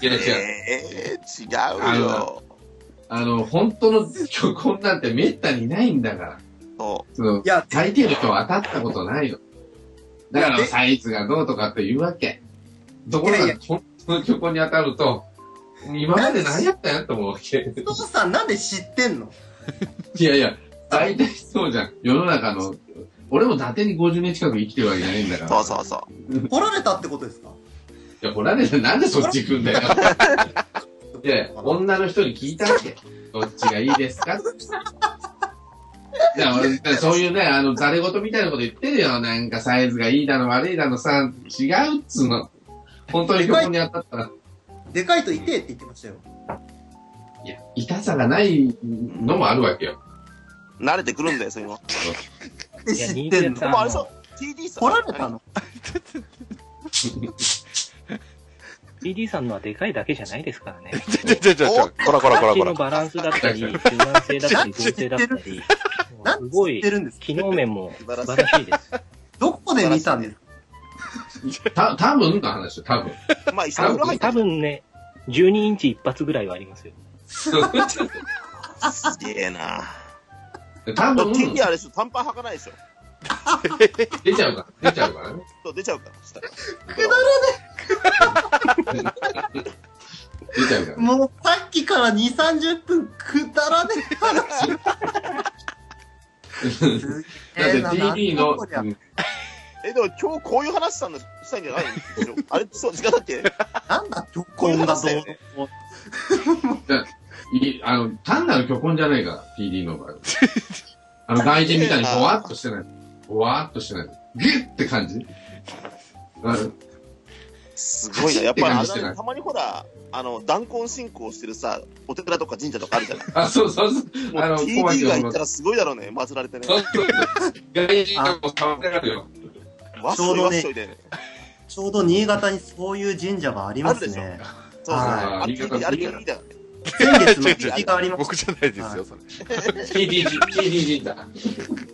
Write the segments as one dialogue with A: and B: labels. A: いや違う。
B: えー、違
A: あ
B: うよ
A: の。あの、本当の巨婚なんて滅多にないんだから。
B: そ
A: その
C: いや、
A: 大抵の人は当たったことないの。だか
C: い
A: ら
C: やで
A: サイズがどうとかって言うわけ。ところ
C: いやい
A: が、本当の巨婚に当たると、今まで何やったんやと思うわけ。
C: お父さんなんで知ってんの
A: いやいや、大体そうじゃん。世の中の、俺も伊達に50年近く生きてるわけじゃないんだか
B: う。
A: ら。
B: そうそうそ
C: 掘られたってことですか
A: いや、ほらねえ、なんでそっち行くんだよ。いやいや、女の人に聞いたわけ。どっちがいいですかいや俺そういうね、あの、ざれ言みたいなこと言ってるよ。なんかサイズがいいだの悪いだのさ、違うっつうの。本当にここに当たったら、
C: でかいと痛えって言ってましたよ。
A: いや、痛さがないのもあるわけよ。
B: う。慣れてくるんだよ、そういうの。
C: で
D: いや
C: 知ってん
D: 人間
C: の
D: さ
B: でもあれさ、TD さん。
C: 掘られたの
D: PD さんのはでかいだけじゃないですからね。
E: ちょちょちょちょ、こらこらこら
D: 形
E: こ
D: の
E: ら。
D: バランスだったり、柔軟性だったり、剛性だったり、
C: な
D: す
C: んで
D: ご
C: 知っ
D: い
C: て、るんですか
D: 機能面も素晴らしいです。
C: どこで見たんですか
A: た、多分の話よ、多分。
B: まあ、いろいろ入って
D: 多
B: る。
D: 分ね、12インチ一発ぐらいはありますよ。
B: すげえな。
A: 多分、
B: TD あれでしょ、短パン履かないでしょ。
A: 出ちゃうから、出ちゃうからね。
B: そう出ちゃうから、したら。
A: 出ちゃうから。
C: もうさっきから2、30分くだらねえ話。す
A: だって
C: げえな
A: TD
C: な
A: の
C: んだこりゃ、
B: え、でも今日こういう話したんだ、したんじゃないでしょ。あれ、そう、違うだっけ
C: なんだ、虚
B: こういう
C: 婚だ
B: 話
C: ぞ
B: だ。よね。
A: いいあの、単なる虚婚じゃないから、TD の場 合。あの、外人みたいにぼわっとしてない。ぼわっとしてない。ギュッって感じ。あ
B: すごいな。やっぱりあれだね、たまにほら、あの、断根信仰してるさ、お寺とか神社とかあるじゃない。
A: あ、そうそうそう。あの、
B: もう
A: 小牧
B: TD が行っ
A: の。
B: たらすごいだろうね、祭られてね
A: そ。うそう外人がもう騒がれるよ。
B: わっしょいわっしょいで。
C: ちょうど新潟にそういう神社がありますね。
B: そうそ
A: は
B: う。
A: い
B: あれ TD、あれ TD だよね。
C: 先月の
E: 違う違う
C: 日があります。
E: 僕じゃないですよ、それ。
A: TD、TD 神社。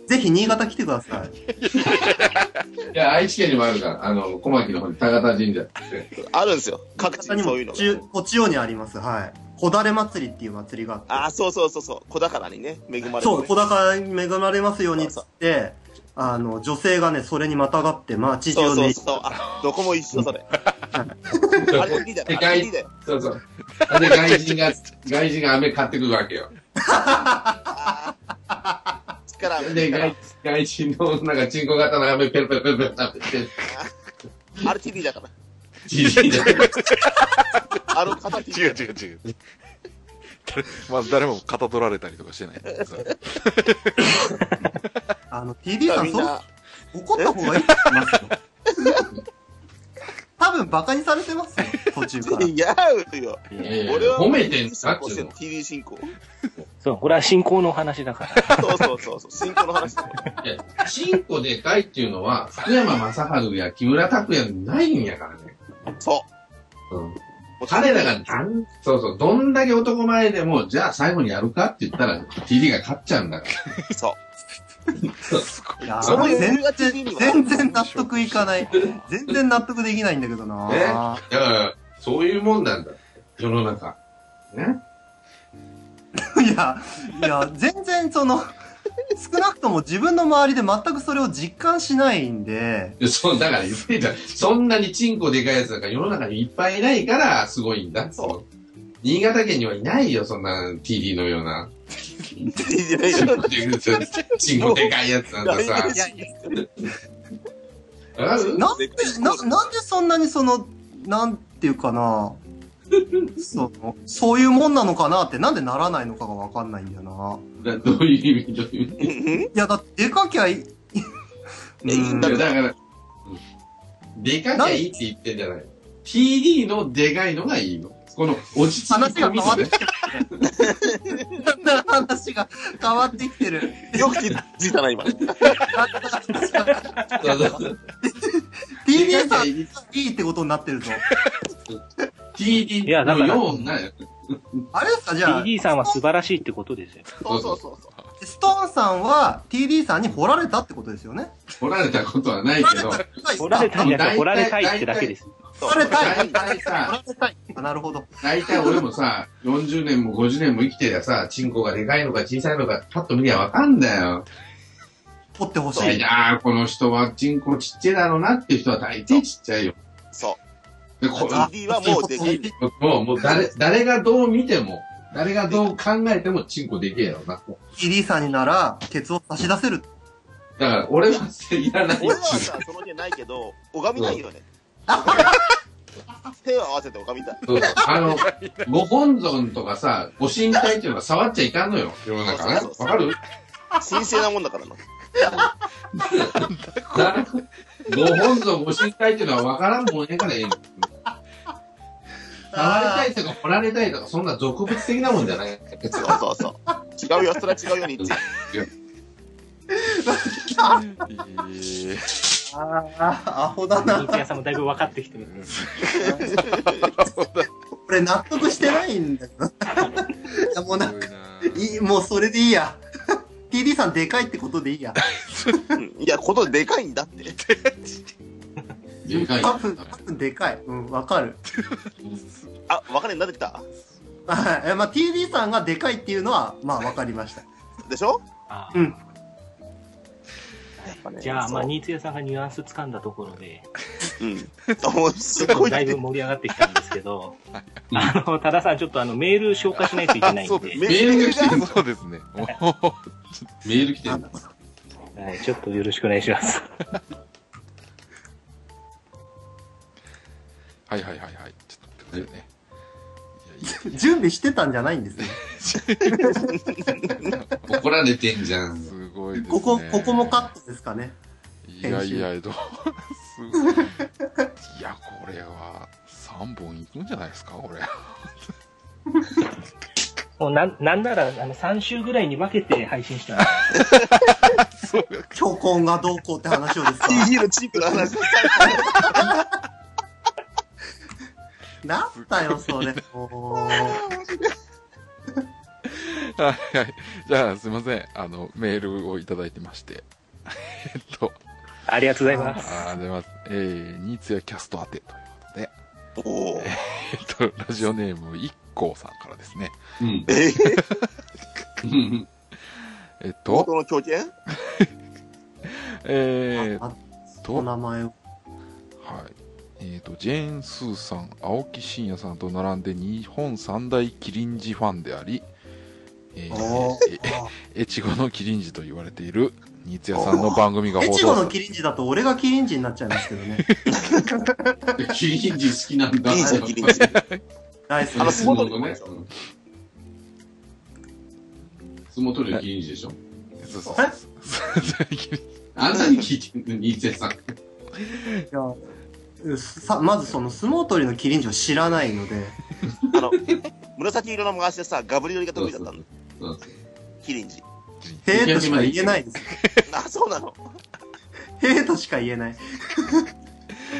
C: ぜひ新潟来てください。
A: いや、愛知県にもあるから、あの、小牧の方に高田神社って。
B: あるんですよ。各地
C: 他
B: に
C: にも
B: そういうのが。
C: 中、こっちよにあります。はい。こだれ祭りっていう祭りがあっ
B: ああ、そうそうそうそう。子宝にね、恵まれて、
C: て。
B: ね。
C: そう、小高に恵まれますようにっつって、あの、女性がね、それにまたがって、まあ、地
B: そう
C: 上
B: そう
C: に。
B: そう。あ、どこも一緒それ。あれ TD だよ。
A: 世
B: あれ
A: 界
B: TD だよ。
A: そうそう。で、外人が、外人が飴買ってくるわけよ。
B: 力。
A: で、外外人の女がチンコ型の飴ペロペロペロペロ食べて、
B: あれ TD だから。
A: TD だ
B: あの方 TD だ
E: 違
B: よ
E: う。違う違う。 誰まあ、誰も肩取られたりとかしてない。
C: あの、TD さん、
B: みん
C: そう
B: な、
C: 怒った方がいいと思いますよ。 多分、馬鹿にされてますよ、途中 から。
B: 違うよ。
A: いやいや
B: 俺は
A: 褒めてんだ
B: 信
A: っ
B: 仰
A: つ
B: し
A: う
B: て
A: の
B: る。。TV 進行。
D: そう、これは信仰のお話だから。
B: そうそうそうそう。進行の話 だよ。
A: チンコでかいっていうのは、福山雅治や木村拓哉にないんやからね。
B: そ
A: うん、
B: う。
A: 彼らがなん、そうそう、どんだけ男前でも、じゃあ最後にやるかって言ったら、TD が勝っちゃうんだか
B: そう。
C: いや
B: そう
C: 俺
B: いう
C: 全
B: やつには
C: 全然納得いかない。全然納得できないんだけどな
A: ら。だから、そういうもんなんだって、世の中。ね。
C: いや、いや、全然その、少なくとも自分の周りで全くそれを実感しないんで、
A: でそう、だから言ってんじゃん。そんなにチンコでかいやつなんか世の中にいっぱいいないから、すごいんだ。そう。新潟県にはいないよ、そんな TD のような。チンコでチンコでかいやつなんか さ。わかる
C: なんで、ななんでそんなにその、なんていうかなその、そういうもんなのかなって、なんでならないのかがわかんないんだよな。
A: だどういう意味どういう意味
C: いや、だって出かきゃいい、
A: うん、だから、でかきゃいいって言ってんじゃないの。TD のでかいのがいいの。この落ち着
C: 話
A: き
C: が
A: 込み
C: 変わ
A: の
C: って
A: ね
C: き。てる。だんだん話が変わってきてる。
B: よく気づいたな、今。
C: TD さんいいってことになってるぞ。
A: TD
D: いやだ
A: の
D: から
A: ような、
C: あれですかじゃあ、
D: PD さんは素晴らしいってことですよ。
B: そうそうそうそう。
C: ストーンさんは TD さんに掘られたってことですよね。
A: 掘られたことはないけど、
D: 掘られたんじゃなくて、掘られたいってだけです。
B: そう
C: 取られたい
A: 大体さ、
C: 取られたいあなるほど。
A: 大体俺もさ、40年も50年も生きてりゃさ、チンコがでかいのか小さいのか、パッと見りゃわかんだよ。
C: 取ってほし
A: それ
C: い
A: じ。ゃあ、この人はチンコちっちゃいだろうなって人は大体ちっちゃいよ。
B: そ
A: で、
B: う。
A: こ
C: あ
B: DD はもうできる。
A: もう、もう誰、 誰がどう見ても、誰がどう考えてもチンコでけえやろな。
C: イリーさんになら、ケツを差し出せる。
A: だから、俺はいらない
B: 俺らはさ、その手ないけど、拝みたいよね。手を合わせて拝みたい。
A: そうあの、ご本尊とかさ、ご神体っていうのは触っちゃいかんのよ。世の中ね
B: そう。そうそう
A: わかる
B: 神聖なもんだからな。
A: なご本尊ご神体っていうのはわからんもんやからええの。触りたいとか掘られたいとか、そんな俗物的なもんじゃない。別に
B: そうそうそう。違うよ、それは違うよ、にって。
E: いい
C: ああ、アホだな。
D: ニーチ屋さんもだいぶ分かってきてる。
C: これ納得してないんだよ な。いやもうなんか、いい、もうそれでいいや。TD さんでかいってことでいいや。
B: うんいや、ことでかいんだって。
A: でかい
C: 多分、多分でかい。うん、わかる。
B: あ、分かるようになってきた。
C: はい。えまあ、TD さんがでかいっていうのは、まあわかりました。
B: でしょ
D: あ
C: うん。
D: じゃあ、まあ、
B: に。
D: ニーチ屋さんがニュアンス掴んだところで、
B: うん。あもう、すごい
D: だ
B: ない
D: ぶ盛り上がってきたんですけど、あの、多田さん、ちょっとあの、メール紹介しないといけない
E: そ
D: ん
E: うで
D: で、
E: す
B: メ
A: メールが来てんの
E: そうですね。
A: メール来てんだ。
D: はい、ちょっとよろしくお願いします。
E: はいはいはいはい。ちょっと待ってくださいね。いやい
C: 準備してたんじゃないんですね。
A: 怒られてんじゃ
E: や
A: ん。
E: すごいですね。
C: ここ、ここもカットですかね。
E: いやいや、どう すごい。いや、これは3本いくんじゃないですか、これ。
D: もうなん、なんなら、あの、3週ぐらいに分けて配信してます。
E: そうか
C: 虚婚がどうこうって話をです か
B: TD のチープの話。
C: なんだよ、それ。も
E: はいはい。じゃあ、すいません。あの、メールをいただいてまして。えっと、
D: ありがとうございます。
E: あーでは、えー、ニーツやキャスト宛てということで、
B: おお。
E: えっと、ラジオネーム、一光さんからですね。
A: うん。
B: えー、
A: うん
E: えっ
B: 冒
E: と、
B: 頭の狂犬
E: えー、
C: あ
E: っ
C: あ
E: と、
C: お
E: はい。
C: 名前を。
E: えー、っと、ジェーン・スーさん、青木真也さんと並んで日本三大キリンジファンであり、え ー
C: お
E: え越後のキリンジと言われている新津屋さんの番組が放
C: 越後
E: 送
C: のキリンジだと俺がキリンジになっちゃいますけど ね。
A: キリンジ好きなんだ。
B: いいじゃん、キリンジ。
C: 大好き
B: あ
C: で
B: の
C: す。
A: 相撲取りのね。うん相撲取りのキリンジでしょ。
E: そうそうそうそう
A: あんなに聞いてんの、ニーツェさん。
C: いやうさまずその相撲取りのキリンジを知らないの で、
B: あの、紫色の回しでさ、ガブリ寄りが得意だったの。
A: そう
B: キリンジ。
C: へーとしか言えないです。
B: あ、そうなの。
C: へーとしか言えない。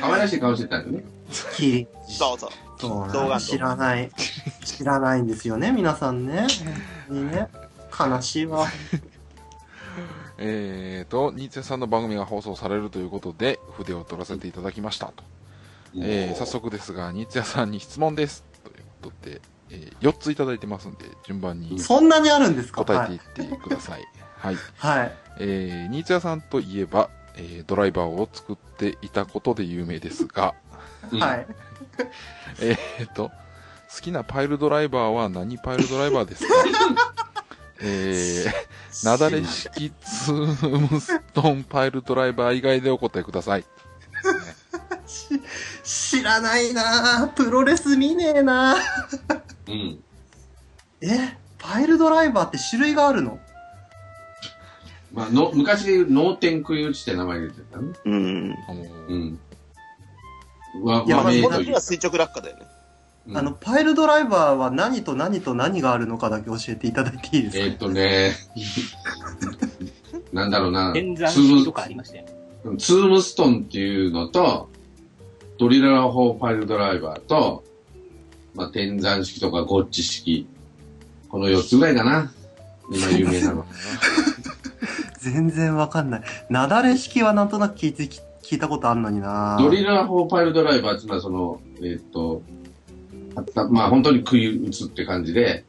A: 可愛らしい顔してたんだね。
C: キリン
B: そうそう。
C: ジそう
B: 動
C: な
B: 画
C: ん知らない。知らないんですよね、皆さん ね。本当にね。悲しいわ。
E: えーと、新津屋さんの番組が放送されるということで、筆を取らせていただきましたと。えー早速ですが、新津屋さんに質問です。ということで、え4ついただいてますんで、順番に
C: そんなにあるんですか
E: 答え
C: は
E: てい
C: い。
E: ってください。はい。
C: はい。
E: えー、新津屋さんといえば、えードライバーを作っていたことで有名ですが、
A: うん
C: はい。
E: えっと、好きなパイルドライバーは何パイルドライバーですか えー、なだれ式ツームストンパイルドライバー以外でお答えください。
C: し知らないなぁプロレス見ねえなぁ
A: うん。
C: えパイルドライバーって種類があるの
A: まあ、の昔で言う脳天食い打ちって名前出てたね。
B: うん。
E: あの
A: う
E: ー
A: ん。わ、
C: いや
A: わめえ
B: ことの
A: い
B: 時
A: う
B: は。垂直落下だよね。
A: うん
C: あの、パイルドライバーは何と何と何があるのかだけ教えていただいていいですか
A: えーっと ね、なんだろうな。
D: 演
A: ツ
D: 算
A: ー
D: 式
A: ム
D: とかありましたよね。
A: ツームストンっていうのと、ドリラー法パイルドライバーと、まあ、天山式とかゴッチ式。この4つぐらいかな。今有名なの。
C: 全然わかんない。なだれ式はなんとなく聞いてき聞いた ことあるのにな
A: ドリラー・フォー・パイルドライバーっていうのは、その、えーっ、と、あったまあ本当に食い打つって感じで、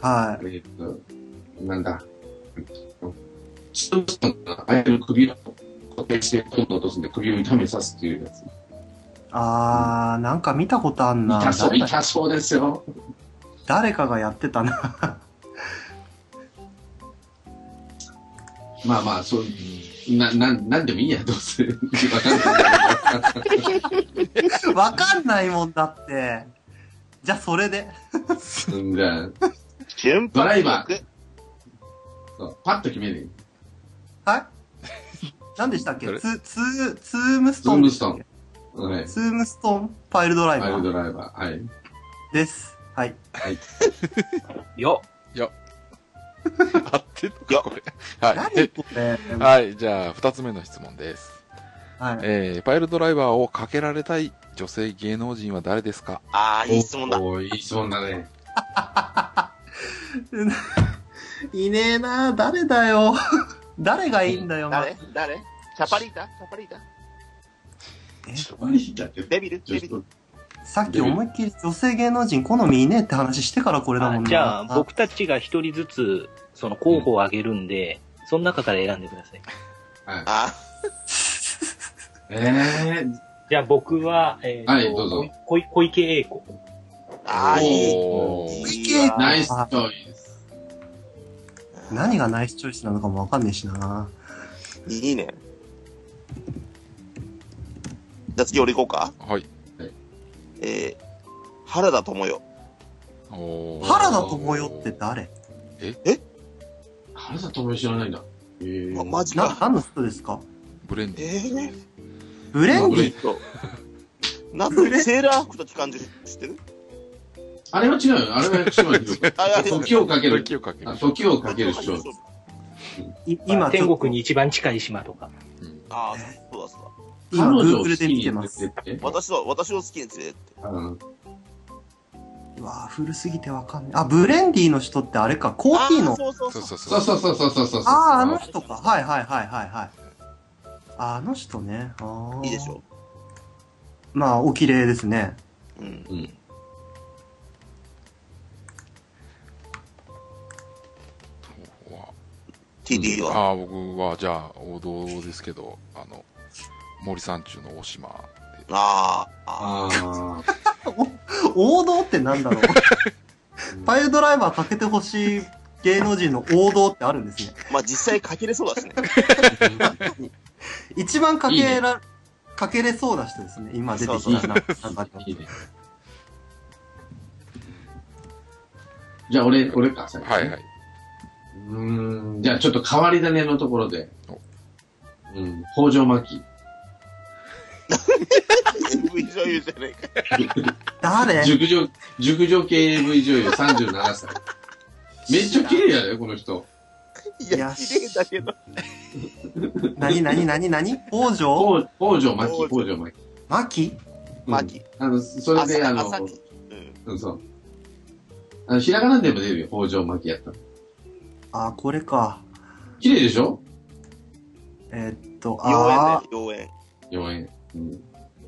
C: は
A: えーっ、と、なんだ、スーツの相手の首を固定して、どんどん落とすんで首を痛めさすっていうやつ。
C: い。あー、なんか見たことあんな
A: 痛そう、
C: 誰か
A: 痛そうですよ。
C: 誰かがやってたな。
A: まあまあ、そう、な、なん、なんでもいいや、どうせ。わかんない
C: わかんないもんだって。じゃあそれで。
A: うんじゃあ
B: 原
A: ドライバ
B: 発力。
A: そうパッと決める。
C: はい何でしたっけ
E: それ
C: ツ、ツ、ツームスト
A: ツー
C: ン
A: ム
C: で
A: ス
C: し
A: ト
C: た
A: ン
C: っけ。
A: はい。
C: ツームストンパイルドライ
A: パイ
C: バ
A: ル
C: ー
A: ドライバー。はい。
C: です。はい。
D: よ
E: 合ってんの
B: いや
E: か、これ。はい
C: 何。これ
E: はい、じゃあ、二つ目の質問です。
C: はい。
E: えー、パイルドライバーをかけられたい女性芸能人は誰ですか
B: ああ、いい質問だ。
A: おーいい質問だね。
C: いねえな誰だよ。 誰がいいんだよ、ま
B: 誰誰チャパリータチャパリータデビルデビル
C: さっき思いっきり女性芸能人好みいねえって話してからこれだもん
D: あ
C: な。
D: じゃあ、僕たちが一人ずつ、その候補を挙げるんで、その中から選んでください。
A: はい。
B: あ
A: えー、
D: じゃあ僕は、えーと
A: はいどうぞ
D: こい小池栄子。
B: ーあー、い
E: おー
B: い。いいわ
A: ナイスチョイス。
C: 何がナイスチョイスなのかもわかんねえしな。
B: いいね。じゃあ次俺行こうか。
E: はい。
B: えー、原田智代。
E: おー
C: 原田智代って誰
A: 原田智代知らないんだ。えー、
B: ま、マジ
C: な、
B: か。
C: 何の人ですか
E: ブレン
B: え
E: デ
B: ー、
C: ブレンディ
B: なんでセーラー服たち感じ知ってる
A: あれは違うよ。あれは違うよ。
B: あ、いやいや
A: 時をかける。
E: 時をかける
A: あ。時をかける人。
C: い
D: ま
C: 今
D: あ
C: ちょ
D: 天
C: っと
D: 国に一番近い島とか。
B: ああ、そうだそうだ。
C: 今
A: 彼女を好
C: Google
A: き
C: で
A: に
C: 見て
A: 連
C: ま
A: れ
C: す。
A: てって。
B: 私は、私を好きに連れてって。
A: うん
C: うわぁ、古すぎてわかんない。あ、ブレンディの人ってあれか、コーヒー
B: あ
C: の。
B: そうそうそ
E: そう
B: う。
E: そ
A: そ
E: うそうう。
A: そうそうそうそうそう。
C: ああー、あの人か。はいはいはいはいはい。あの人ね。あー
B: いいでしょ
C: まあ、お綺麗ですね。
B: う。うん。
A: うん。
B: TD は。
E: ああ、僕は、じゃあ、王道ですけど、あの、森三中の大島。
B: あーあ
A: ああ。
C: 王道ってなんだろうパイルドライバーかけてほしい芸能人の王道ってあるんですね。
B: ー、まあ実際かけれそうだしね。
C: 一番かけ
A: いい
C: ら、かけれそうな人ですね。今出てきたな中で。
A: いいね。じゃあ、俺、俺か、最後
E: はいはい。
A: うーん、じゃあちょっと変わり種のところで
E: お。
A: うん、北条巻。
B: MV 女優じゃないか。
C: 誰
A: 熟女、熟女系 AV 女優37歳。めっちゃ綺麗やで、この人。
B: い
C: いや
B: や、綺麗だけど。
C: 何何何何北条
A: 北北条巻、北
B: 北
A: 条巻。
C: マキ
A: うん
B: マキ。
A: あの、それで、あの、
B: 朝木うん。
A: うんそう。あの、ひらがなでも出るよ、北条巻やったら。
C: あ、これか。
A: 綺麗でしょ
C: えーっと、あ
B: 妖艶だよ、妖
A: ?4 円。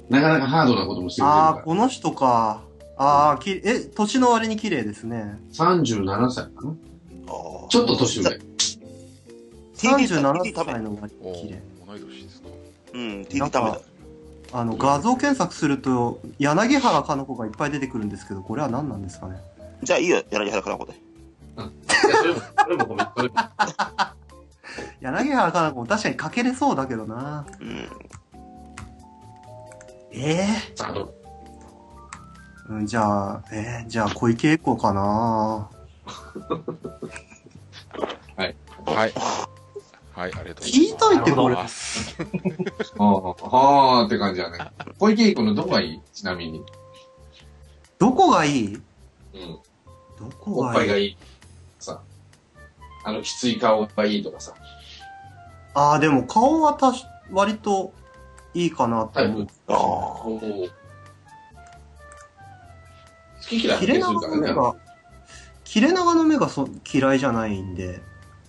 A: なかなかハードなこともして
C: ー、
A: くれる
C: あー、
A: か
C: この人か。あー、きえ、年の割に綺麗ですね。
A: ら。37歳かな
B: 艶。あー
A: ちょっと年上。
B: TD 食べ
C: 37
B: TD 食べ
C: 歳の割
E: お
C: に綺麗。
E: ー同い年ですか。
B: うん、TD 食べ
C: なんか
B: た。
C: あの、画像検索すると、柳原かの子がいっぱい出てくるんですけど、これは何なんですかね。
B: じゃあいいよ、柳原かな子で。
A: いやそれも、それもごめん、それも。
C: 柳原かな子も確かにかけれそうだけどな。
B: うん。
C: ええ
A: あの、
C: うん、じゃあ、えー、じゃあ小池栄子かな。
E: はい。はい、ありがとうございます。
C: 聞いといてこれ
E: ありがとうございます
A: ああ、はーって感じだね。小池栄子のどこがいいちなみに。
C: どこがいい
A: うん。
C: どこ
A: おっ
C: が
A: ぱい
C: いい
A: がいい。さ。あの、きつい顔がいいとかさ。
C: ああ、でも顔はたし、割といいかなって
A: タイ
C: 思
A: プ
C: う。。
B: ああ。
A: おー好き嫌い
C: 切
A: は
C: れ
A: っきりする
C: 長
A: か
C: の目
A: らね。
C: が、切れ長の目がそ嫌いじゃないんで、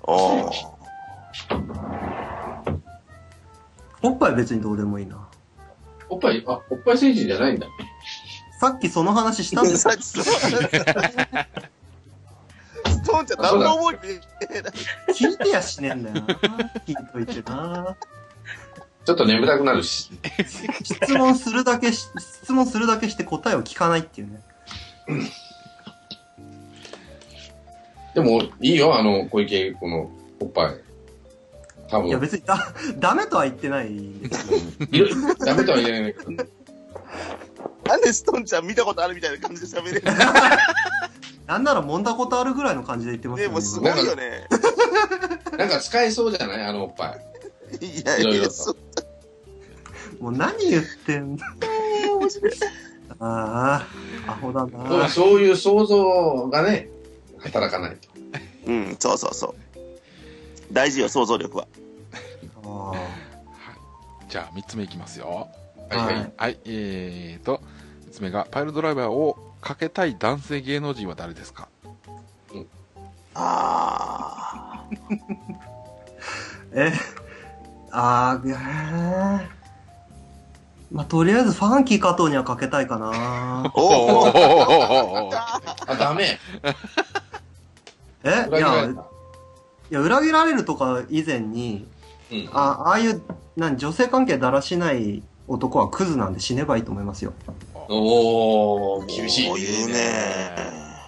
B: ああ。
C: おっぱい別にどうでもいいな。
A: おっぱい、あ、おっぱい選手じゃないんだ。
C: さっきその話したんです
B: さっき そうストーンちゃん何も覚えて
C: 聞いてやしねえんだよな。聞いといてな。
A: ちょっと眠たくなるし。
C: 質問するだけし、質問するだけして答えを聞かないっていうね。
A: でも、いいよ、あの、小池、この、おっぱい。多分。
C: いや別にだ、ダメとは言ってないんですけど。
A: いるダメとは言えないけど。
B: なんでストーンちゃん見たことあるみたいな感じで喋れる
C: なんなら揉んだことあるぐらいの感じで言ってます
B: ね
C: よ
B: もうす
C: ね。
B: ごいよね
A: なんか使えそうじゃないあのおっぱい。
B: いやい
A: いろい
B: や
A: ろと
B: そう
C: もう何言ってんだ。ああ、アホだ
A: そう
C: な。
A: そういう想像がね、働かないと。
B: うんそうそうそう大事よ想像力は
C: あ
E: じゃあ、3つ目いきますよ。
C: あ
A: はいは。
C: はいい
E: はい、えーと、3つ目が、パイルドライバーをかけたい男性芸能人は誰で すか
B: あ
C: え、ああ、えーまあ、とりあえずファンキー加藤にはかけたいかな
B: あ。おお
E: お
A: あ、ダメ。
C: えい
A: 裏切ら
C: や
A: れ
C: い
A: た。
C: や、裏切られるとか以前に、
A: うん。
C: あああいうなん女性関係だらしない男はクズなんで死ねばいいと思いますよ。
A: おー、厳しい。
B: 言うね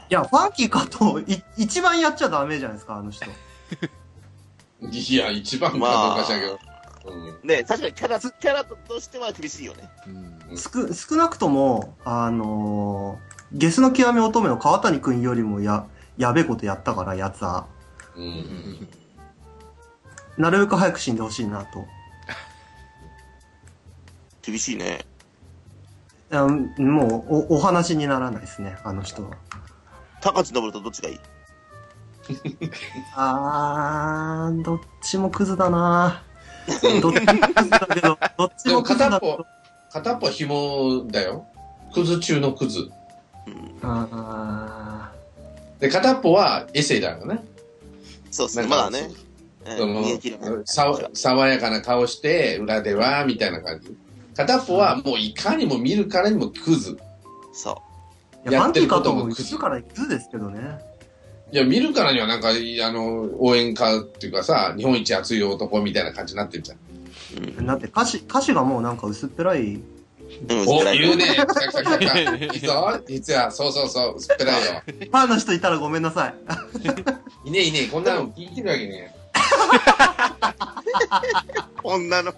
C: いや、ファンキー加藤、い一番やっちゃダメじゃないですか、あの人。
A: いや、一番かどうかしらんけど。うん
B: ね確かにキャラ、キャラとしては厳しいよね。
E: うん
C: 少少なくとも、あのーゲスの極み乙女の川谷くんよりもや、やべえことやったから、やつは。
A: うん。
C: なるべく早く死んでほしいなと。
B: 厳しいね。
C: あもうお、お話にならないですね、あの人は。
B: 高知登るとどっちがいい
C: あー、どっちもクズ だなどっちもクズだけど、どっち
A: でも
C: もクズ
A: 片
C: だ
A: っぽ、片っぽ紐だよ。クズ中のクズ。
B: うん。
C: あ
A: で、片っぽはエセだよね。
B: そうですね。
A: な
B: ま
A: んか
B: だね。え
A: そ
B: ー
A: の
B: 見え切れない。
A: さわ爽やかな顔して、裏では、みたいな感じ。片っぽはもういかにも見るからにもクズ。
B: そ
C: ー。いや、
A: や
C: ファ
A: っ
C: ン
A: て
C: キ
A: る
C: ー
A: こ
C: 加
A: と
C: 藤
A: も
C: も
A: クズ
C: 一部からクズですけどね。
A: いや、見るからにはなんか、いあの、応援歌っていうかさ、日本一熱い男みたいな感じになってんじゃん。
B: う。うん。
C: だって歌詞、歌詞がもうなんか薄っぺらい。
B: でも
A: お、
B: 辛い
A: 言うね。来た来た来た来た。いいぞ。実は、そうそうそう、薄っぺらいよ。
C: ファンの人いたらごめんなさい。
A: いねえいねえ、こんなの聞いてるわけね
B: 女の。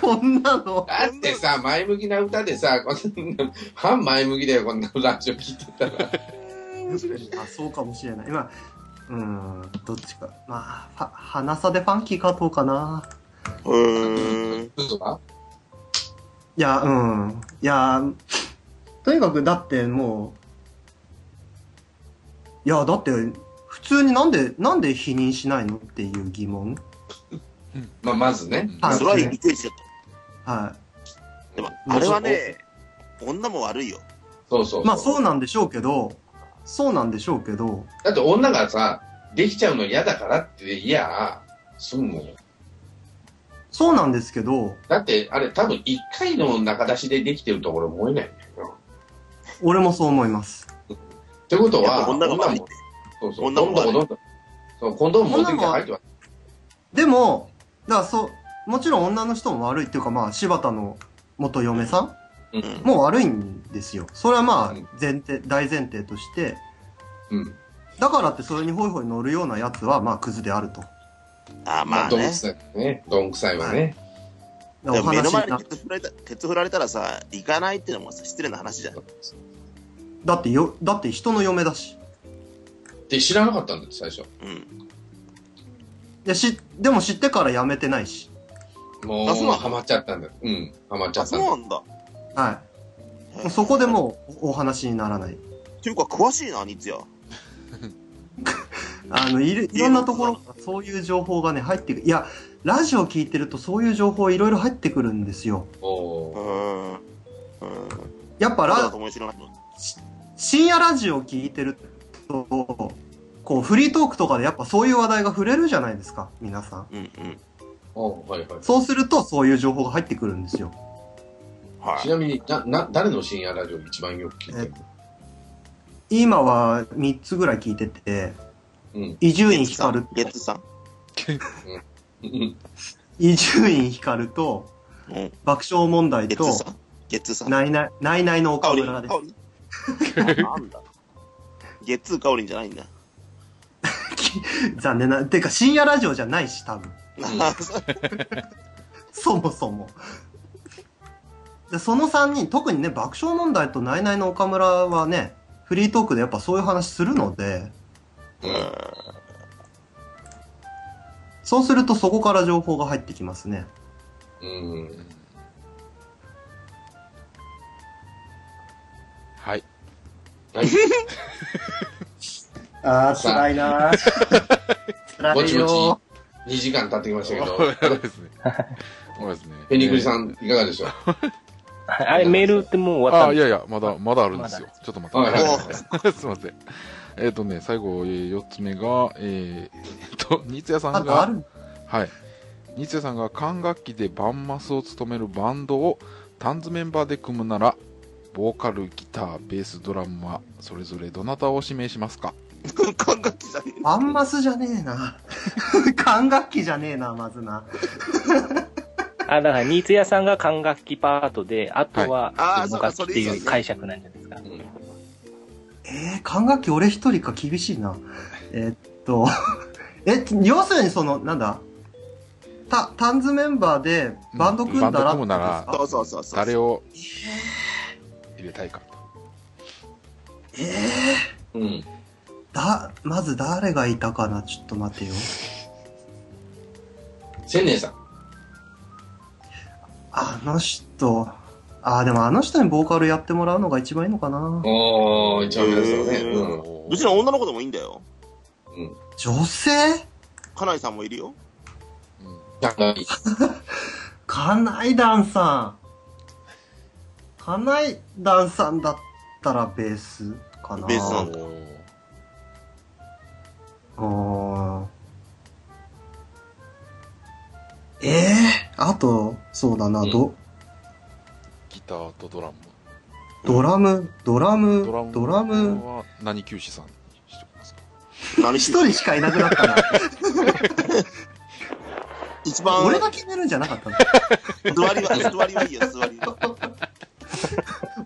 C: こんなの。
A: え。だってさ、前向きな歌でさ、こんな、反前向きだよ、こんなラジオ聞いてたら。
C: あそうかもしれない。今、うーん、どっちか。まあ、は花さでファンキー加藤かな。
B: うーん。
A: クズはい
C: や、うん。いや、とにかくだってもう、いや、だって、普通になんで、なんで否認しないのっていう疑問。
A: まあ、まずね。
C: はい
B: 辛いリクエスト。
C: は
B: でも、あれはね、女も悪いよ。
A: そうそう
C: い。
A: う。
C: まあ、そうなんでしょうけど、そうなんでしょうけど、
A: だって女がさ、できちゃうの嫌だからっていや、すんのよ。
C: そうなんですけど、
A: だって、あれ、多分一回の中出しでできてるところ燃えないんだよ
C: 俺もそう思います。
A: な。ってこと
B: やっ
A: は、
B: ぱ女が悪いっ
A: も、そうそう、
B: 女
A: ど
B: も
A: んどんどんどん、そう、コンドーム持ってきて
C: 女も
A: 入ってます。
C: でも、だからそう、もちろん女の人も悪いっていうか、まあ、柴田の元嫁さん
A: う。
B: て。うんん。
C: もう悪いんですよ。それはまあ
A: うん
C: 前提、大前提として、
A: うん。
C: だからってそれにホイホイ乗るようなやつはまあクズであると。
B: あ
A: ま
B: ー、ま
A: あ、
B: あ
A: どん
B: ね
A: く。さいね。どんくさいわね。
B: で
C: お
B: も目の
C: 話
B: 前
C: に
B: に
C: な
B: ケツ振られた、ケツ振られたらさ、行かないってのもさ、失礼な話じゃん。
C: だってよ、だって人の嫁だし。
A: で、知らなかったんだって、最初。
B: うん。
C: いやし、でも知ってからやめてないし。
A: もう、
B: あそうなの
A: ハマっちゃったんだよ。うん。ハマっちゃ
B: あ、
A: った
B: そ
A: んだ
B: う
A: よ。
B: なんだ。
C: はい。もうそこでもうおお話にならない。
B: っていうか、詳しいな、ニツヤ。
C: あの、いる、いろんなところからそういう情報がね、入ってくる。いや、ラジオ聞いてるとそういう情報いろいろ入ってくるんですよ。
B: う
A: おー
B: ーん。うーん。
C: やっぱ
B: そうだ
C: ラ
B: と、思い知らなかった
C: 深夜ラジオ聞いてると、こう、フリートークとかでやっぱそういう話題が触れるじゃないですか、皆さん。
B: うんうん。
A: おはいはい。
C: そうすると、そういう情報が入ってくるんですよ。
B: は
A: ちなみに、な、な、誰の深夜ラジオ一番よく聞いてる
C: 今は3つぐらい聞いてて
A: うん、
C: 伊集
B: い。
C: 院光
B: ゲ
C: る
B: ッツさん。
A: うん
C: 伊集院光と、
B: うん
C: 爆笑問題
B: ゲッ
C: と
B: ツ、さん。ゲッツさん。
C: ナイナイ、ナイナイの
B: カ
C: 岡
B: オリン。
C: 村で
B: カ
C: す
B: オ。リン。 なんだ。ゲッツーカオリンじゃないんだ。
C: 残念な。てか、深夜ラジオじゃないし、多分。
B: あ
C: そもそも。でその3人、特にね、爆笑問題とナイナイの岡村はね、フリートークでやっぱそういう話するので、
A: うん
C: そうするとそこから情報が入ってきますね。
A: うん。
E: はい。
A: はい。
C: あ
A: さあ
C: ー、
A: 辛
C: いな 辛
A: ぼちぼち、2時間経ってきましたけ ど、
E: そうですね。そうですね。
A: ペニクリさん、いかがでしょう
D: あれ、メールってもう終わったん
E: あ、い
D: です
E: やいや、まだ、まだあるんですよ。ちょっと待
A: はいはい
E: って。 すいません。えっ、とね、最後、えー、4つ目が、えー、えっと、ニツヤさ
C: あ
E: ん
C: とあ
E: が、
C: る
E: はい。ニツヤさんが管楽器でバンマスを務めるバンドをタンズメンバーで組むなら、ボーカル、ギター、ベース、ドラムは、それぞれどなたを指名しますか
B: ー管楽器じゃねえ
C: バンマスじゃねえな。 管楽器じゃねえな、まずな。
D: あ、だから、ニーツ屋さんが管楽器パートで、あとは
B: あー、そ
D: 音
B: うか
D: 楽
B: そ
D: っ
B: れ
D: て
B: 以上
D: いう解釈なんじゃないですか。
A: うん
C: えー、管楽器俺一人か厳しいな。えーっと、 え、要するにその、なんだた、タンズメンバーでバンド組んだら、
E: うんバンド組むなら
B: そうそうそうそう。
E: 誰を入れたいか。
C: えー、
A: うん。
C: だ、まず誰がいたかなちょっと待てよ。
A: 千年さん。
C: あの人、あー、でもあの人にボーカルやってもらうのが一番いいのかな
A: おー、一番目ですよね。
B: へ
A: うん。
B: ーうちの女の子でもいいんだよ。
C: 女性
B: カナイさんもいるよ。
E: うん
C: カナイダンさん。カナイダンさんだったらベースかな。
B: ベースなんだ
E: おー
C: あーええあと、そうだな、ど、
E: ギターとドラム。
C: ドラム、ドラム、
E: ドラム
C: ドラム、
E: は何球師さんにしておきますか
B: 何
C: 一
B: し
C: 人しかいなくなったな。
B: 一番、
C: 俺が決めるんじゃなかったの
B: 座りは、座りはいいよ、座りは。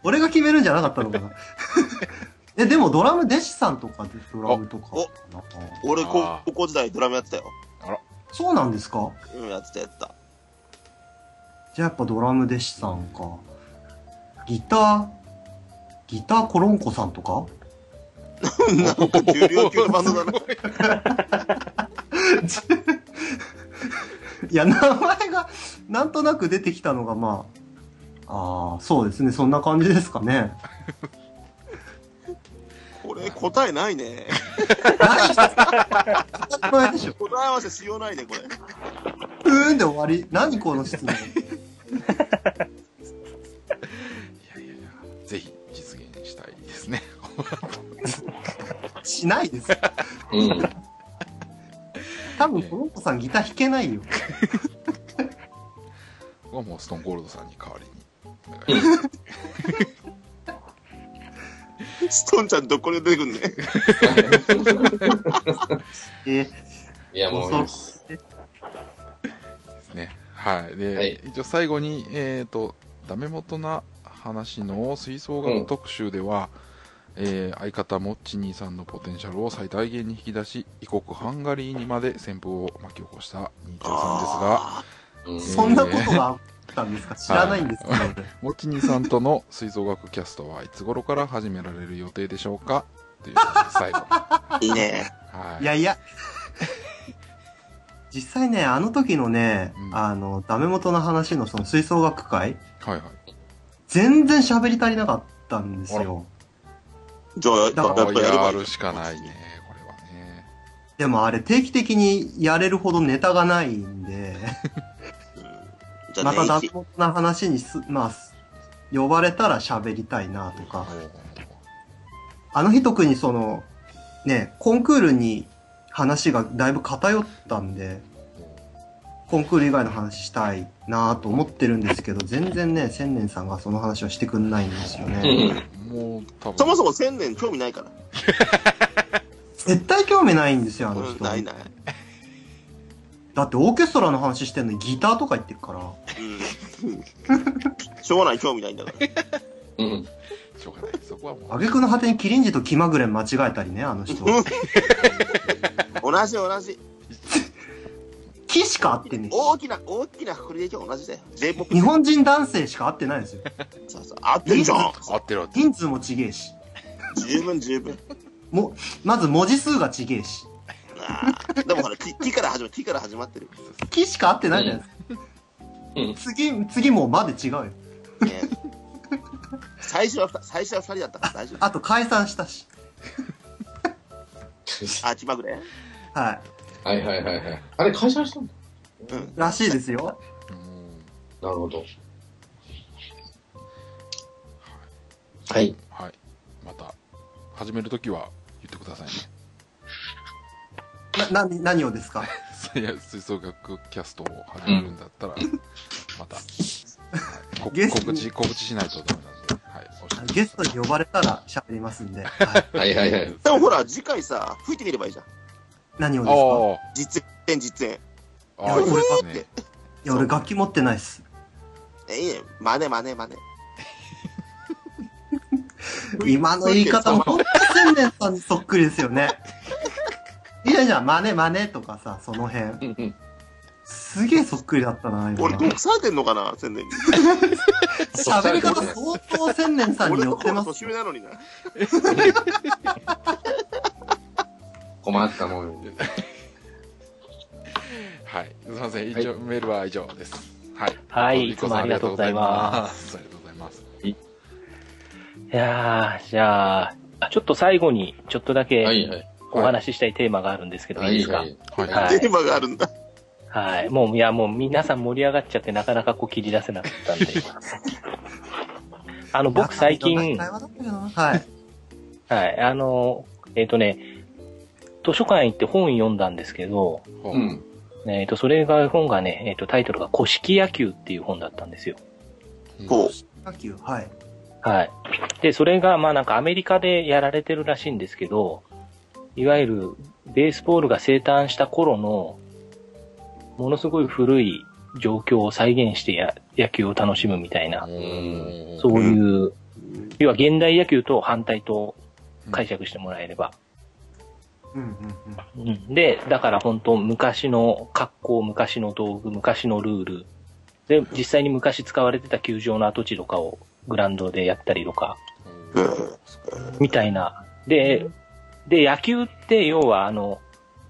C: 俺が決めるんじゃなかったのかな。 え、でもドラム、弟子さんとかでドラムとかかな。
B: 俺、高
E: あー
B: 高校時代ドラムやってたよ。
C: そうなんですか
B: うん、やってた、やってた。
C: じゃあやっぱドラム弟子さんか。ギター、ギターコロンコさんとか
B: なんか重量級のバンドだな。
C: いや、名前がなんとなく出てきたのが、まあ、ああ、そうですね、そんな感じですかね。
B: これ、答えないね。
C: 当たり前でしょ。
B: 答え合わせしようないね、これ。
C: うーんで終わり。何この質問。
E: いやいやいや、ぜひ実現したいです ね。
C: しないですよ。
A: うん。
C: 多分、コロンコさんギター弾けないよ。
E: ここはもうストーンゴールドさんに代わりにお願いします。
B: ストンちゃんどこで出てくんね。
C: えー
A: いや、もういいです。
E: ね。はい。で、
A: はい
E: 一応最後に、えっ、と、ダメ元な話の吹奏楽特集では、えー相方モッチニーさんのポテンシャルを最大限に引き出し、異国ハンガリーにまで旋風を巻き起こしたニーチェさんですが、
B: あ
A: うん
C: そんなことがあったんですか知らないんですけど。
E: モッチニーさんとの吹奏楽キャストはいつ頃から始められる予定でしょうかという最後。
B: ーいいね。
E: はい
C: い。やいや。実際ね、あの時のね、
E: うん
C: あの、ダメ元の話のその吹奏楽会、
E: はいはい。
C: 全然喋り足りなかったんですよ。
B: じゃあ、やっぱ
C: だか
B: や
C: ら
B: っぱやれば
E: や
B: いい
E: るしかないね、これはね。
C: でもあれ定期的にやれるほどネタがないんで、
B: うんじゃ
C: また
B: あ
C: ダ
B: ね、
C: メな話にす、まあ、す呼ばれたら喋りたいなとか、あの日特にその、ね、コンクールに話がだいぶ偏ったんで、コンクール以外の話したいなと思ってるんですけど、全然ね、千年さんがその話をしてくんないんですよ
A: う
C: ね。
A: ん。
E: もう、多分。
B: そもそも千年興味ないから。
C: 絶対興味ないんですよ、あの
B: うん、
C: 人。
B: ない ない。
C: だってオーケストラの話してんのにギターとか言ってるから。
B: うん。しょうがない、興味ないんだから。
A: うん。
E: しょうがない。そこはもう。
C: 挙句の果てにキリンジと気まぐれ間違えたりね、あの 人。
B: 同じ同じ。
C: 木しか会ってねえし。
B: 大きな、大きなくくりで今日同じだよ。J-POP
C: 日本人男性しか会ってないんですよ。
B: ささ、合ってんじゃん。
E: 合ってる合ってる。
C: 人数もちげえし。
B: 十分十分。
C: も、まず文字数がちげえし。
B: なあでもほら、き木から始まる、木から始まってる。
C: 木しか会ってないじゃない
A: うんう
C: で
A: ん
C: すか。次、次もうまで違うよ。
B: ね最初は二、最初は二人だったから大丈夫。
C: あと解散したし。
B: あ、気まぐれ
C: は
A: はいはいはいはい。あれ、解散したんだ。
B: うん。
C: い。らしいですよ。
E: うん
A: なるほど。はい。
E: はい。また、始めるときは言ってくださいね。
C: な、 な、何をですか
E: いや、吹奏楽キャストを始めるんだったら、また、はいこ
C: ゲスト
E: 告知、告知しないとダメなんで、はい。お知らせ
C: ゲストに呼ばれたら喋りますんで。はい、
A: はいはいはい。
B: でもほら、次回さ、吹いてみればいいじゃん。
C: 何をですか
E: あ
B: 実演、実演。
E: あ、ああ、いいです
B: ふーっ
E: ね。
C: いや、俺楽器持ってないっす。
B: え、いいね。真似、真似、真似。
C: 今の言い方も、
B: 吹
C: ほんと千年さんにそっくりですよね。いやいや、真似真似とかさ、その辺。
A: うんうん
C: すげえそっくりだったな、今
B: 俺、。毒されてんのかな、千年に。
C: 喋り方相当千年さんに
B: 俺
C: 寄
B: の
C: って
B: 方
C: ま
B: が
C: す
B: 年。上なのにな。
A: 困ったもんよ。
E: はい。すいません。一応、メールは以上です。はい。
D: はい、い
E: リコ
D: つ
E: さ
D: も
E: ん。
D: ありがとうございます
E: ありがとうございます。
D: す。いやー、じゃあ、あちょっと最後に、ちょっとだ
A: は
D: け
A: いはい。
D: お話ししたいテーマがあるんですけど、
A: はい
D: い
A: い
D: ですか
A: はい。
E: はい。
D: は
B: テーマがあるんだ。
D: はい。もう、いや、もう皆さん盛り上がっちゃって、なかなかこう切り出せなかったんで。 あの、僕最
C: 会
D: 近、
C: 話だったけどなはい。
D: はい、あの、えっ、とね、図書館行って本読んだんですけど、
E: ほ
A: う。
E: うん
D: ねえっ、と、それが本がね、えっ、と、タイトルが古式野球っていう本だったんですよ。
B: こ
C: 野球、はい。
D: はい。で、それが、まあなんかアメリカでやられてるらしいんですけど、いわゆるベースボールが生誕した頃の、ものすごい古い状況を再現してや野球を楽しむみたいな、
E: うん
D: そういう、要は現代野球と反対と解釈してもらえれば。
C: うんうんうん。
D: うんで、だから本当昔の格好、昔の道具、昔のルール。で、実際に昔使われてた球場の跡地とかをグラウンドでやったりとか、
B: う。うん。
D: みたいな。で、で、野球って要はあの、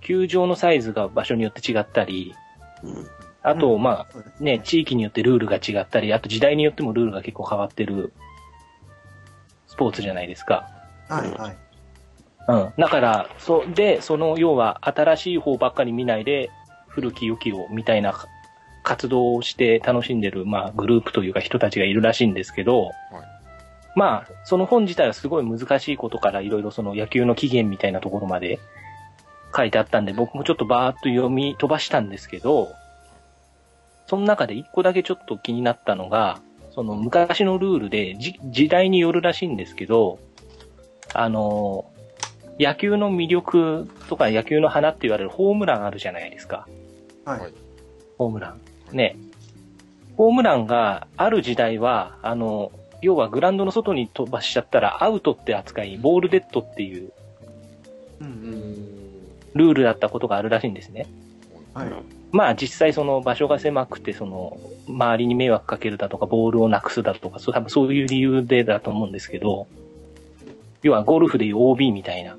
D: 球場のサイズが場所によって違ったり、
B: うん
D: あと、ま
C: そうです
D: あ、ね、地域によってルールが違ったり、あと時代によってもルールが結構変わってるスポーツじゃないですか。
C: はいはい。
D: うん。だから、そう、で、その、要は、新しい方ばっかり見ないで、古き良きを、みたいな活動をして楽しんでる、まあ、グループというか人たちがいるらしいんですけど、まあ、その本自体はすごい難しいことから、いろいろその野球の起源みたいなところまで書いてあったんで、僕もちょっとバーっと読み飛ばしたんですけど、その中で一個だけちょっと気になったのが、その昔のルールで、じ時代によるらしいんですけど、あの、野球の魅力とか野球の花って言われるホームランあるじゃないですか。
C: はい
E: はい
D: ホームラン。ね。ホームランがある時代は、あの、要はグラウンドの外に飛ばしちゃったらアウトって扱い、ボールデッドっていう
C: うんうん
D: ルールだったことがあるらしいんですね。
C: はい。
D: まあ実際その場所が狭くて、その周りに迷惑かけるだとか、ボールをなくすだとか、そう多分そういう理由でだと思うんですけど、要はゴルフでいう OB みたいな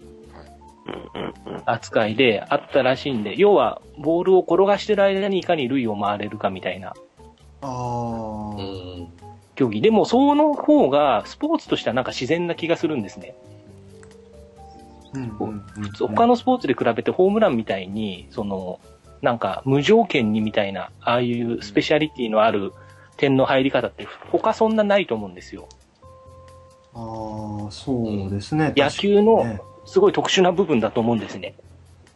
D: 扱いであったらしいんで、要はボールを転がしてる間にいかに塁を回れるかみたいな
C: あ
A: う
C: ー。
A: ん。
D: 競技。でもその方がスポーツとしてはなんか自然な気がするんですね。
C: うんうんうん
D: 他のスポーツで比べてホームランみたいに、その、なんか無条件にみたいな、ああいうスペシャリティのある点の入り方って他そんなないと思うんですよ。
C: あー、そうですね。
D: 野球の
C: ね
D: すごい特殊な部分だと思うんですね。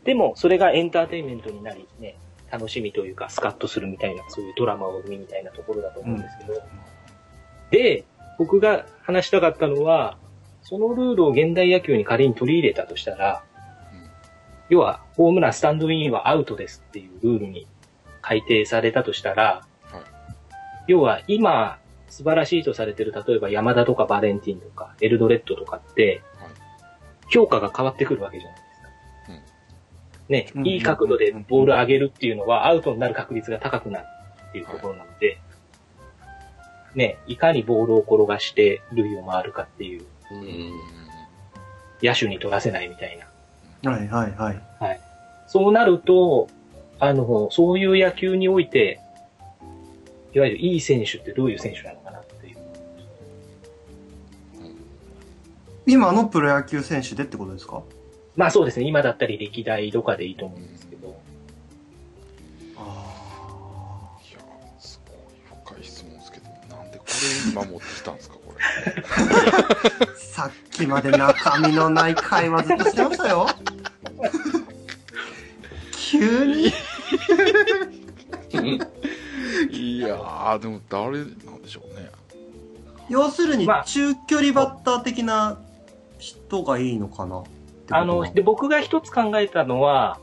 D: でも、それがエンターテインメントになりね、楽しみというか、スカッとするみたいな、そういうドラマを見みたいなところだと思うんですけど。で、僕が話したかったのは、そのルールを現代野球に仮に取り入れたとしたら、
E: うん
D: 要は、ホームラン、スタンドインはアウトですっていうルールに改定されたとしたら、
E: は
D: 要は、今、素晴らしいとされてる、例えば山田とかバレンティンとか、エルドレッドとかって
E: はい、
D: 評価が変わってくるわけじゃないですか。
C: うん
D: ね、いい角度でボール上げるっていうのは、アウトになる確率が高くなるっていうところなので、ね、いかにボールを転がして、塁を回るかっていう、
A: うん
D: 野手に取らせないみたいな。
C: はいはいはい。
D: そうなると、あの、そういう野球において、いわゆるいい選手ってどういう選手なのかなっていう。
C: 今のプロ野球選手でってことですか
D: まあそうですね、今だったり歴代とかでいいと思うんですけど、
C: あ
E: いやすごい深い質問ですけどなんでこれ今持ってきたんですか これ
C: あ。さっきまで中身のない会話ずっとしてました よ。急に。
E: いやーでも誰なんでしょうね
C: 要するに
D: まあ
C: 中距離バッター的な人がいいのかなってこと
D: あの、で、僕が一つ考えたのは、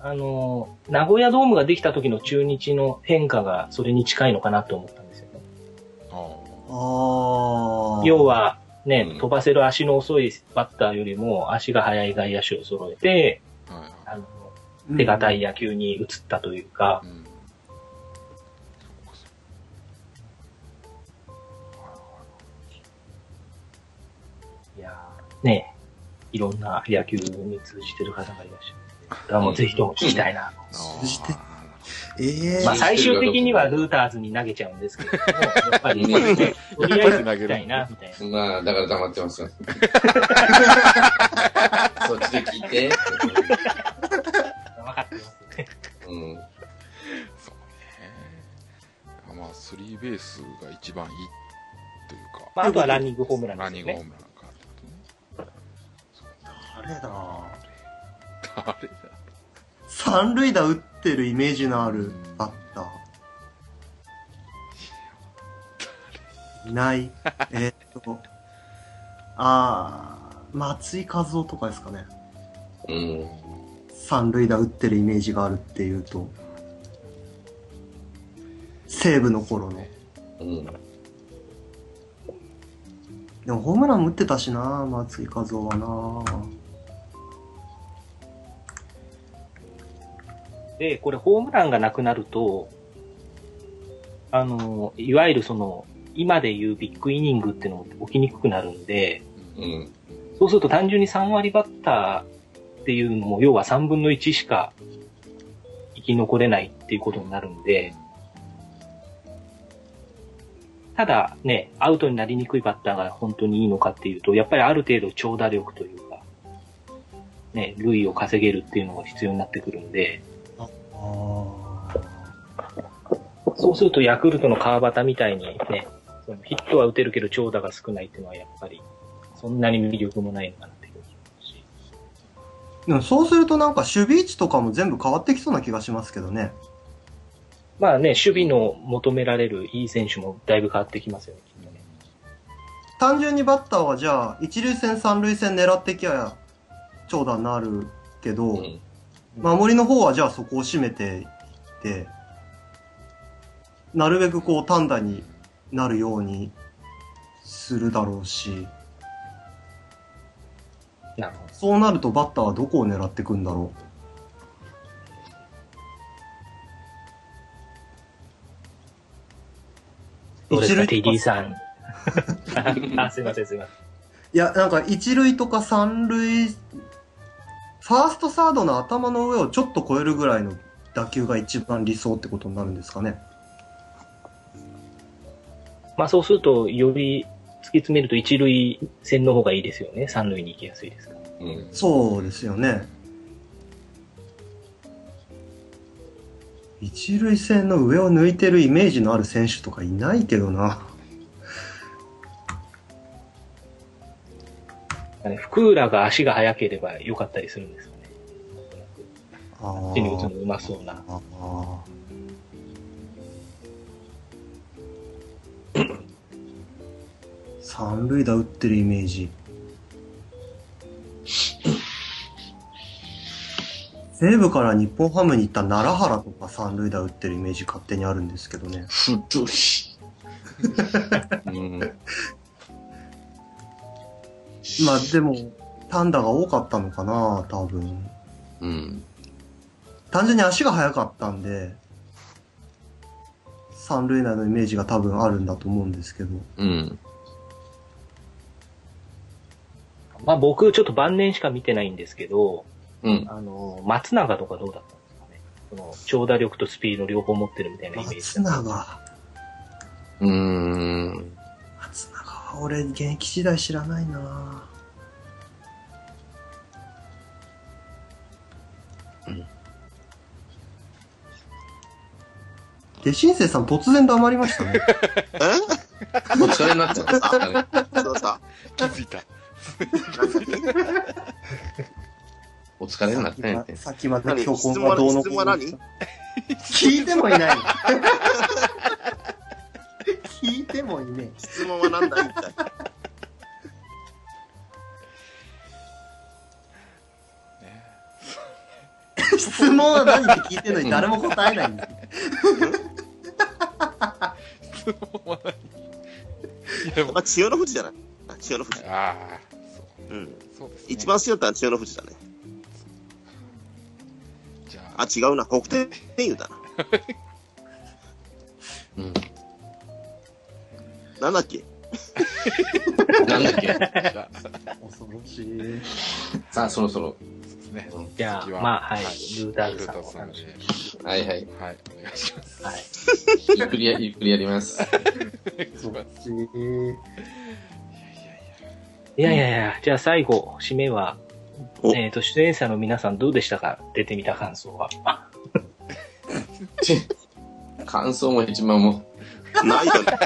D: あの、名古屋ドームができた時の中日の変化がそれに近いのかなと思ったんですよね。
E: あ
C: ああ。
D: 要。は、ね、
A: うん
D: 飛ばせる足の遅いバッターよりも足が速い外野手を揃えて、
E: あはいは
D: あの手堅い野球に移ったというか、
E: いうん
D: いやーね、いろんな野球に通じてる方がいらっしゃる。だからもうぜひとも聞きたいな。
C: 通じて
E: あ
C: ええ
D: まあ最終的にはルーターズに投げちゃうんですけ ども、やっぱり、ね、とりあえず聞きたいな、みたいな。
A: まあ、だから黙ってますよ。そっちで聞いて。
D: 分かってますね。
A: うん。
E: ーそうねまあスリーベースが一番いいというか、
D: まああとはランニングホームラン
E: ラ
D: で
E: ン
D: す
E: ニ
D: よ
E: ングホー
D: ね。
E: ムランかってこと
C: 誰
E: ね
C: だ
E: 誰だ
C: 三塁打打ってるイメージのあるバッター。い ない。えーっと、あー、松井和夫とかですかね。
A: うん。
C: 三塁打打ってるイメージがあるっていうと、西武の頃の。
A: うん。
C: でもホームランも打ってたしな、松井和夫はな。
D: で、これホームランがなくなると、あの、いわゆるその、今で言うビッグイニングっていうのも起きにくくなるんで、
A: うん。
D: そうすると単純に3割バッターっていうのも、要は3分の1しか生き残れないっていうことになるんで、ただね、アウトになりにくいバッターが本当にいいのかっていうと、やっぱりある程度長打力というか、ね、類を稼げるっていうのが必要になってくるんで、
C: あ
D: そうするとヤクルトの川端みたいにね、そのヒットは打てるけど長打が少ないっていうのはやっぱり、そんなに魅力もないのかなっていう気がしますし。
C: ーでもそうするとなんか守備位置とかも全部変わってきそうな気がしますけどね。
D: まあね、守備の求められるいい選手もだいぶ変わってきますよね、きっとね。
C: 単純にバッターはじゃあ、一塁線、三塁線狙ってきゃ長打になるけど、
A: うん。
C: 守りの方はじゃあそこを締めていって、なるべくこう単打になるようにするだろうし、
D: なるほど。
C: そうなるとバッターはどこを狙ってくんだろう。
D: どうですか、
C: とか
D: TD さん。あ、すいません、すいま
C: いや、なんか一塁とか三塁、ファーストサードの頭の上をちょっと超えるぐらいの打球が一番理想ってことになるんですかね。
D: せん。まあそうすると、より突き詰めると一塁線の方がいいですよね。三塁に行きやすいですから。
A: うん。
C: そうですよね。一塁線の上を抜いてるイメージのある選手とかいないけどな。
D: ね福浦が足が速ければ良かったりするんですよね。
C: あ
D: 手に打つのうまそうな。
C: ああ。三塁打打ってるイメージ。西部から日本ハムに行った奈良原とか三塁打打ってるイメージ勝手にあるんですけどね。
B: ふどい。
A: うん。
C: まあでも、単打が多かったのかな、多分。
A: うん。
C: 単純に足が速かったんで、三塁打のイメージが多分あるんだと思うんですけど。
A: うん。
D: まあ僕、ちょっと晩年しか見てないんですけど、
A: うん。
D: あの、松永とかどうだったんですかね。その長打力とスピード両方持ってるみたいなイメー
C: 松
D: ジ。
C: 永。
A: うーん。
C: 松永は俺現役時代知らないな
A: うん
C: で、新生さん突然黙りましたね。
B: え
A: お疲れになっちゃった。
B: そうさ、
E: 気づいた。
A: お疲れになったんやて。
C: さっきまで
B: 何
C: 今日
B: 質
C: 今
B: 問
C: 後
B: は
C: どうの
B: 質問は何
C: 聞いてもいない。聞いてもいね
B: 質問は何だいみたいな。
C: え。 質問は何って聞いてるのに誰も答えないんですよ。
E: いやもう
B: まあ、千代の富士じゃない。あ千代の富士。
E: ああ、
B: うん。
E: そうです、ね。
B: 一番強いったら千代の富士だね。
E: じゃあ、
B: あ、違うな。北天天佑だな。
A: うん。
B: なんだっけ
A: なんだっけ。
E: じゃあそう
C: 恐ろしい。
A: さあ、そろそろ。
E: ですね。
D: じゃあ
E: 次は
D: まあはいルーダー
E: ル
D: ズ
E: ー
D: さ
E: ダ
D: ん
E: ーズさんで。
A: はいはい。
E: はい、お願いします。
D: はい。
A: ゆっくり や、ゆっくりやります。
C: 恐ろしい。
D: いやいやいや、じゃあ最後、締めは、
B: お
D: えっ、と、出演者の皆さんどうでしたか出てみた感想は。
A: 感想も一番も
B: ないよね。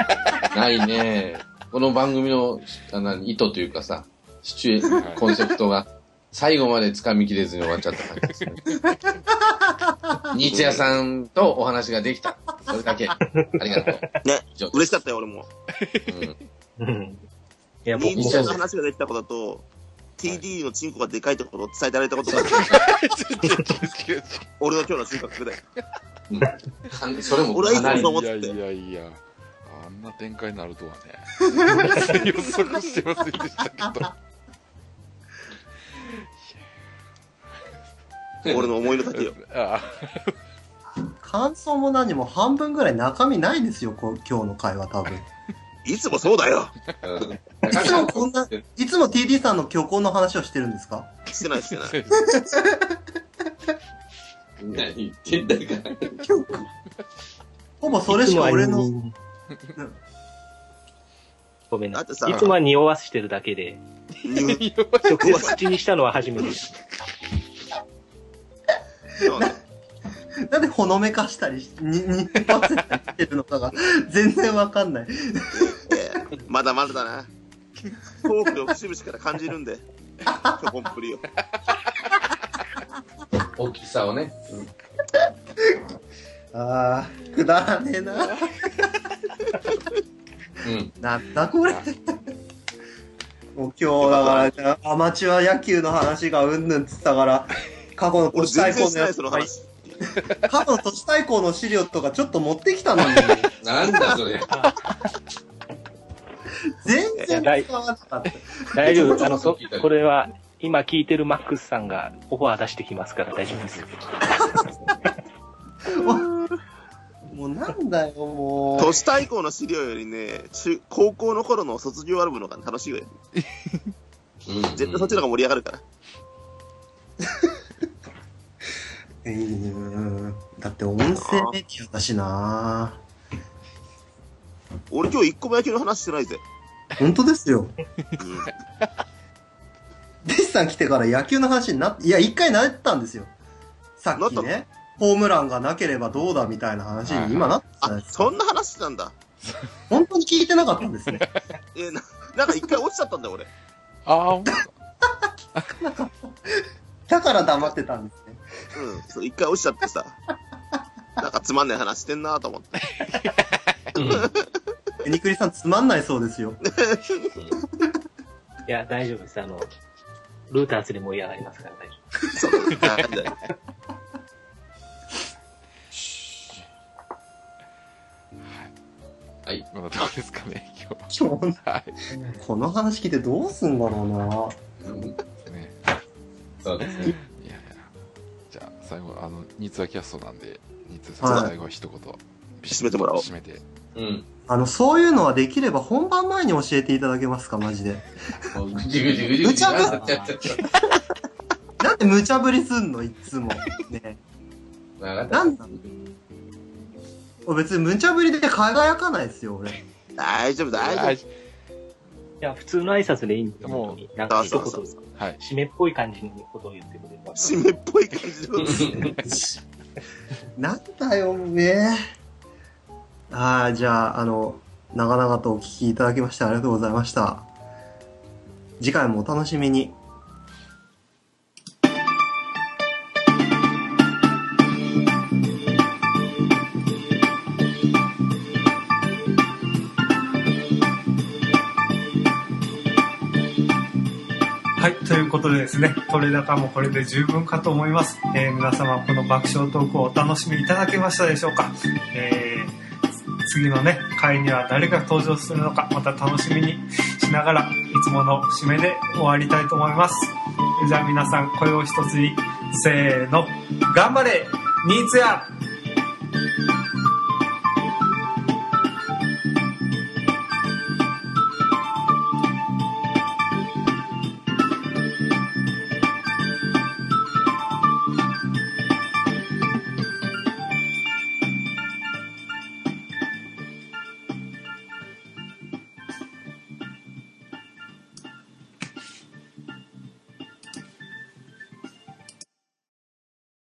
A: ないね。この番組の、あの意図というかさ、シチュエ、コンセプトが、最後まで掴みきれずに終わっちゃった感じ ですね。日夜さんとお話ができた。それだけ。ありがとう。
B: ね
A: 以上です
B: 嬉しかったよ、俺も。
A: うん
D: うん。いや、僕
B: ニー
D: も
B: チェ
D: そ
B: の
D: うです。
B: 話ができたことと、TD のチンコがでかいってことを伝えてあげたことが、俺の今日の収穫だよ。
A: かんそれも
B: 俺は
A: か
B: い
A: なり
B: つもそう思っ
E: いや
B: て
E: い
B: て。
E: やいや、あんな展開になるとはね。 予測してませんでしたけど。
B: 俺の思いの丈よ。
E: あ
C: 感想も何も半分ぐらい中身ないですよ、こう今日の会話多分。
B: いつもそうだよ。
A: うん
C: いつもこんな、いつも TD さんの虚構の話をしてるんですか
B: してないしてない。
A: 何言ってんだか。
C: ほぼそれしか俺
D: いつ
C: の、
D: もは。 ごめんな
B: だって
D: さ
B: さ
D: い。いつもは匂わしてるだけで、
B: 入
D: 直接口にしたのは 初めてです。
B: そうね
C: なんでほのめかしたりし、に、に、ばせたりしてるのかが、全然わかんない。
B: ええまだまだだな。フォークを節々から感じるんで。チョコンプリを。
A: 大きさをね。
C: あー、くだらねえな。
A: うん。
C: なんだこれ。もう今日だからじゃあ、アマチュア野球の話がうんぬんっつったから、過去の都
B: 俺
C: 市
B: 全
C: 対抗
B: 然し
C: の
B: てな
C: や
B: い、
C: つ
B: その、話。
C: 過去の都市対抗の資料とかちょっと持ってきたのに、
A: なんだそれ。
C: 全然使わなかった。
D: 大丈夫。あの、そ、これは、今聞いてるマックスさんがオファー出してきますから大丈夫です。
C: もうなんだよ、もう。
B: 都市対抗の資料よりね、中高校の頃の卒業アルバムの方が楽しいよ。
A: うん
B: 絶対そっちの方が盛り上がるから。
C: えーだって音声メディアだし な
B: 俺今日一個も野球の話してないぜ。
C: 本当です
B: う
C: よ。
B: ん
C: 弟子さん来てから野球の話になって、いや、一回なったんですよ。さっき
B: な
C: ね、ホームランがなければどうだみたいな話に今なってたじゃない
B: あ、
C: ですか
B: そんな話してたんだ。
C: 本当に聞いてなかったんですね。
B: え ーな、なんか一回落ちちゃったんだよ、俺。
E: あ、あー、
C: だから黙ってたんですね。
B: うんそう一回落ちちゃって さ、なんかつまんない話してんなと思って。
C: えにくりさんつまんないそう ですよ。
D: いや、大丈夫です。あの、ルーターズで盛り上がりますから大丈
B: そうなんだよ
E: はい。こんなとこですかね、今日。
C: 今日、
E: は
C: この話聞いてどうすんだろうな。
A: うん
E: い。ね。
A: そうですね。
E: いやいや。じゃあ、最後、あの、ニツアキャストなんで、ニツさん
C: はい
E: 最後一言。
B: 締めてもらおう
E: 締めて。
A: うん。
C: あの、そういうのはできれば本番前に教えていただけますか、マジで。
A: もうぐちぐち ぐちぐち。
C: ぐちゃ
D: ぐちゃ
C: なんで無茶ぶりすんの、いっつも。ね。
A: わかっ
C: なんなの俺別に無茶ぶりで輝かないですよ、俺。
B: 大丈夫、大丈夫。
E: 夫。
D: 夫。いや、普通の挨拶でいいんで、
E: もう
D: 本当になんか一
B: あそう
D: 言、
E: はい。
D: 締めっぽい感じのことを言ってくれれば。
B: 締めっぽい感じのことですね。
C: なんだよ、ね。ああ、じゃあ、あの、長々とお聞きいただきましてありがとうございました。次回もお楽しみに。
F: はい、ということでですね、取れ高もこれで十分かと思います。えー皆様、この爆笑トークをお楽しみいただけましたでしょうか、えー次のね、回には誰が登場するのか、また楽しみにしながら、いつもの締めで終わりたいと思います。じゃあ皆さん、声を一つに、せーの、頑張れニーツや